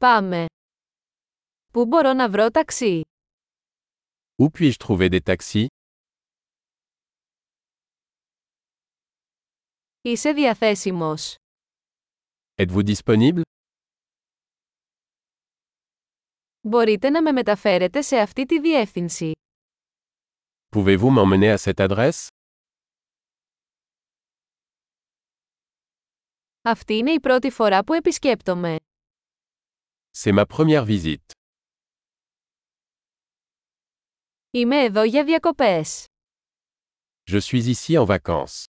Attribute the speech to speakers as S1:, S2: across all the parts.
S1: Πάμε. Πού μπορώ να βρω ταξί?
S2: Où puis-je trouver des taxis
S1: Είσαι διαθέσιμος.
S2: Êtes-vous disponible
S1: Μπορείτε να με μεταφέρετε σε αυτή τη διεύθυνση.
S2: Pouvez-vous m'emmener à cette adresse
S1: Αυτή είναι η πρώτη φορά που επισκέπτομαι.
S2: C'est ma première visite.
S1: Είμαι εδώ για διακοπές.
S2: Je suis ici en vacances.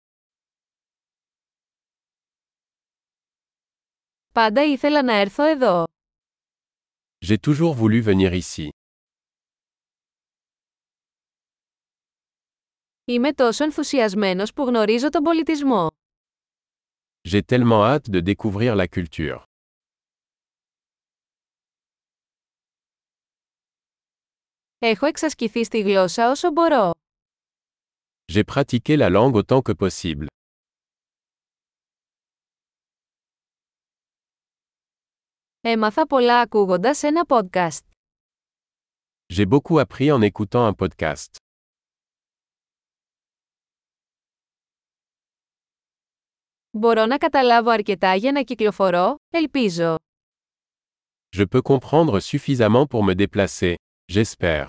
S1: Πάντα ήθελα να έρθω εδώ.
S2: J'ai toujours voulu venir ici.
S1: Είμαι τόσο ενθουσιασμένος που γνωρίζω τον πολιτισμό.
S2: J'ai tellement hâte de découvrir la culture.
S1: Έχω εξασκηθεί στη γλώσσα όσο μπορώ.
S2: J'ai pratiqué la langue autant que possible.
S1: Έμαθα πολλά ακούγοντας ένα podcast.
S2: J'ai beaucoup appris en écoutant un podcast.
S1: Μπορώ να καταλάβω αρκετά για να κυκλοφορώ, ελπίζω.
S2: Je peux comprendre suffisamment pour me déplacer, j'espère.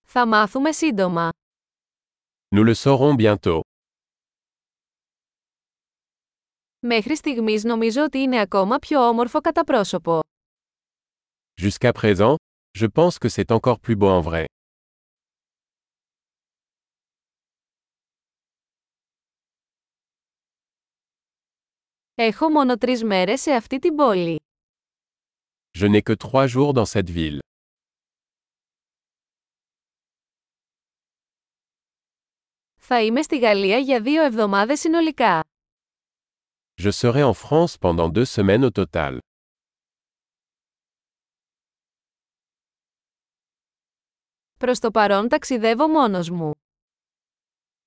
S1: Θα μάθουμε σύντομα.
S2: Nous le saurons bientôt.
S1: Μέχρι στιγμής νομίζω ότι είναι ακόμα πιο όμορφο κατά πρόσωπο.
S2: Jusqu'à présent, je pense que c'est encore plus beau en vrai.
S1: Έχω μόνο τρεις μέρες σε αυτή την πόλη.
S2: Je n'ai que trois jours dans cette ville.
S1: Θα είμαι στη Γαλλία για δύο εβδομάδες συνολικά.
S2: Je serai en France pendant deux semaines au total.
S1: Προς το παρόν ταξιδεύω μόνος μου.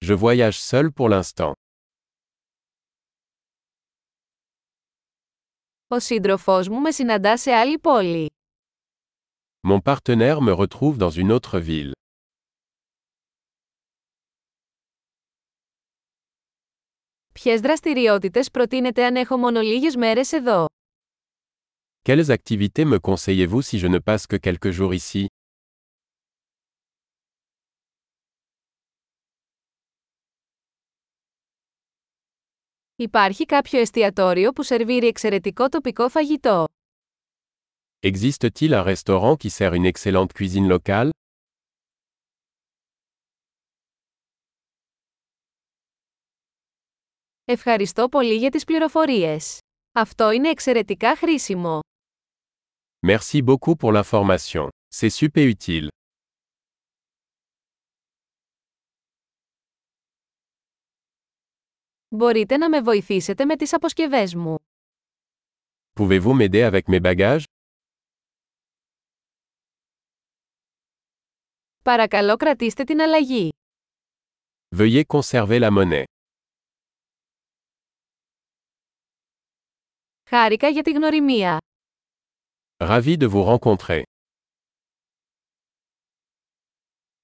S2: Je voyage seul pour l'instant.
S1: Ο σύντροφός μου με συναντά σε άλλη πόλη.
S2: Mon partenaire me retrouve dans une autre ville.
S1: Ποιε δραστηριότητες προτείνετε αν έχω μόνο λίγες μέρες εδώ.
S2: Quelles activités me conseillez-vous si je ne passe que quelques jours ici
S1: Υπάρχει κάποιο εστιατόριο που σερβίρει εξαιρετικό τοπικό φαγητό.
S2: Existe-t-il un restaurant qui sert une excellente cuisine locale
S1: Ευχαριστώ πολύ για τις πληροφορίες. Αυτό είναι εξαιρετικά χρήσιμο.
S2: Merci beaucoup pour l'information. C'est super utile.
S1: Μπορείτε να με βοηθήσετε με τις αποσκευές μου.
S2: Pouvez-vous m'aider avec mes bagages
S1: Παρακαλώ κρατήστε την αλλαγή.
S2: Veuillez conserver la monnaie.
S1: Χάρηκα για τη γνωριμία.
S2: Ravi de vous rencontrer.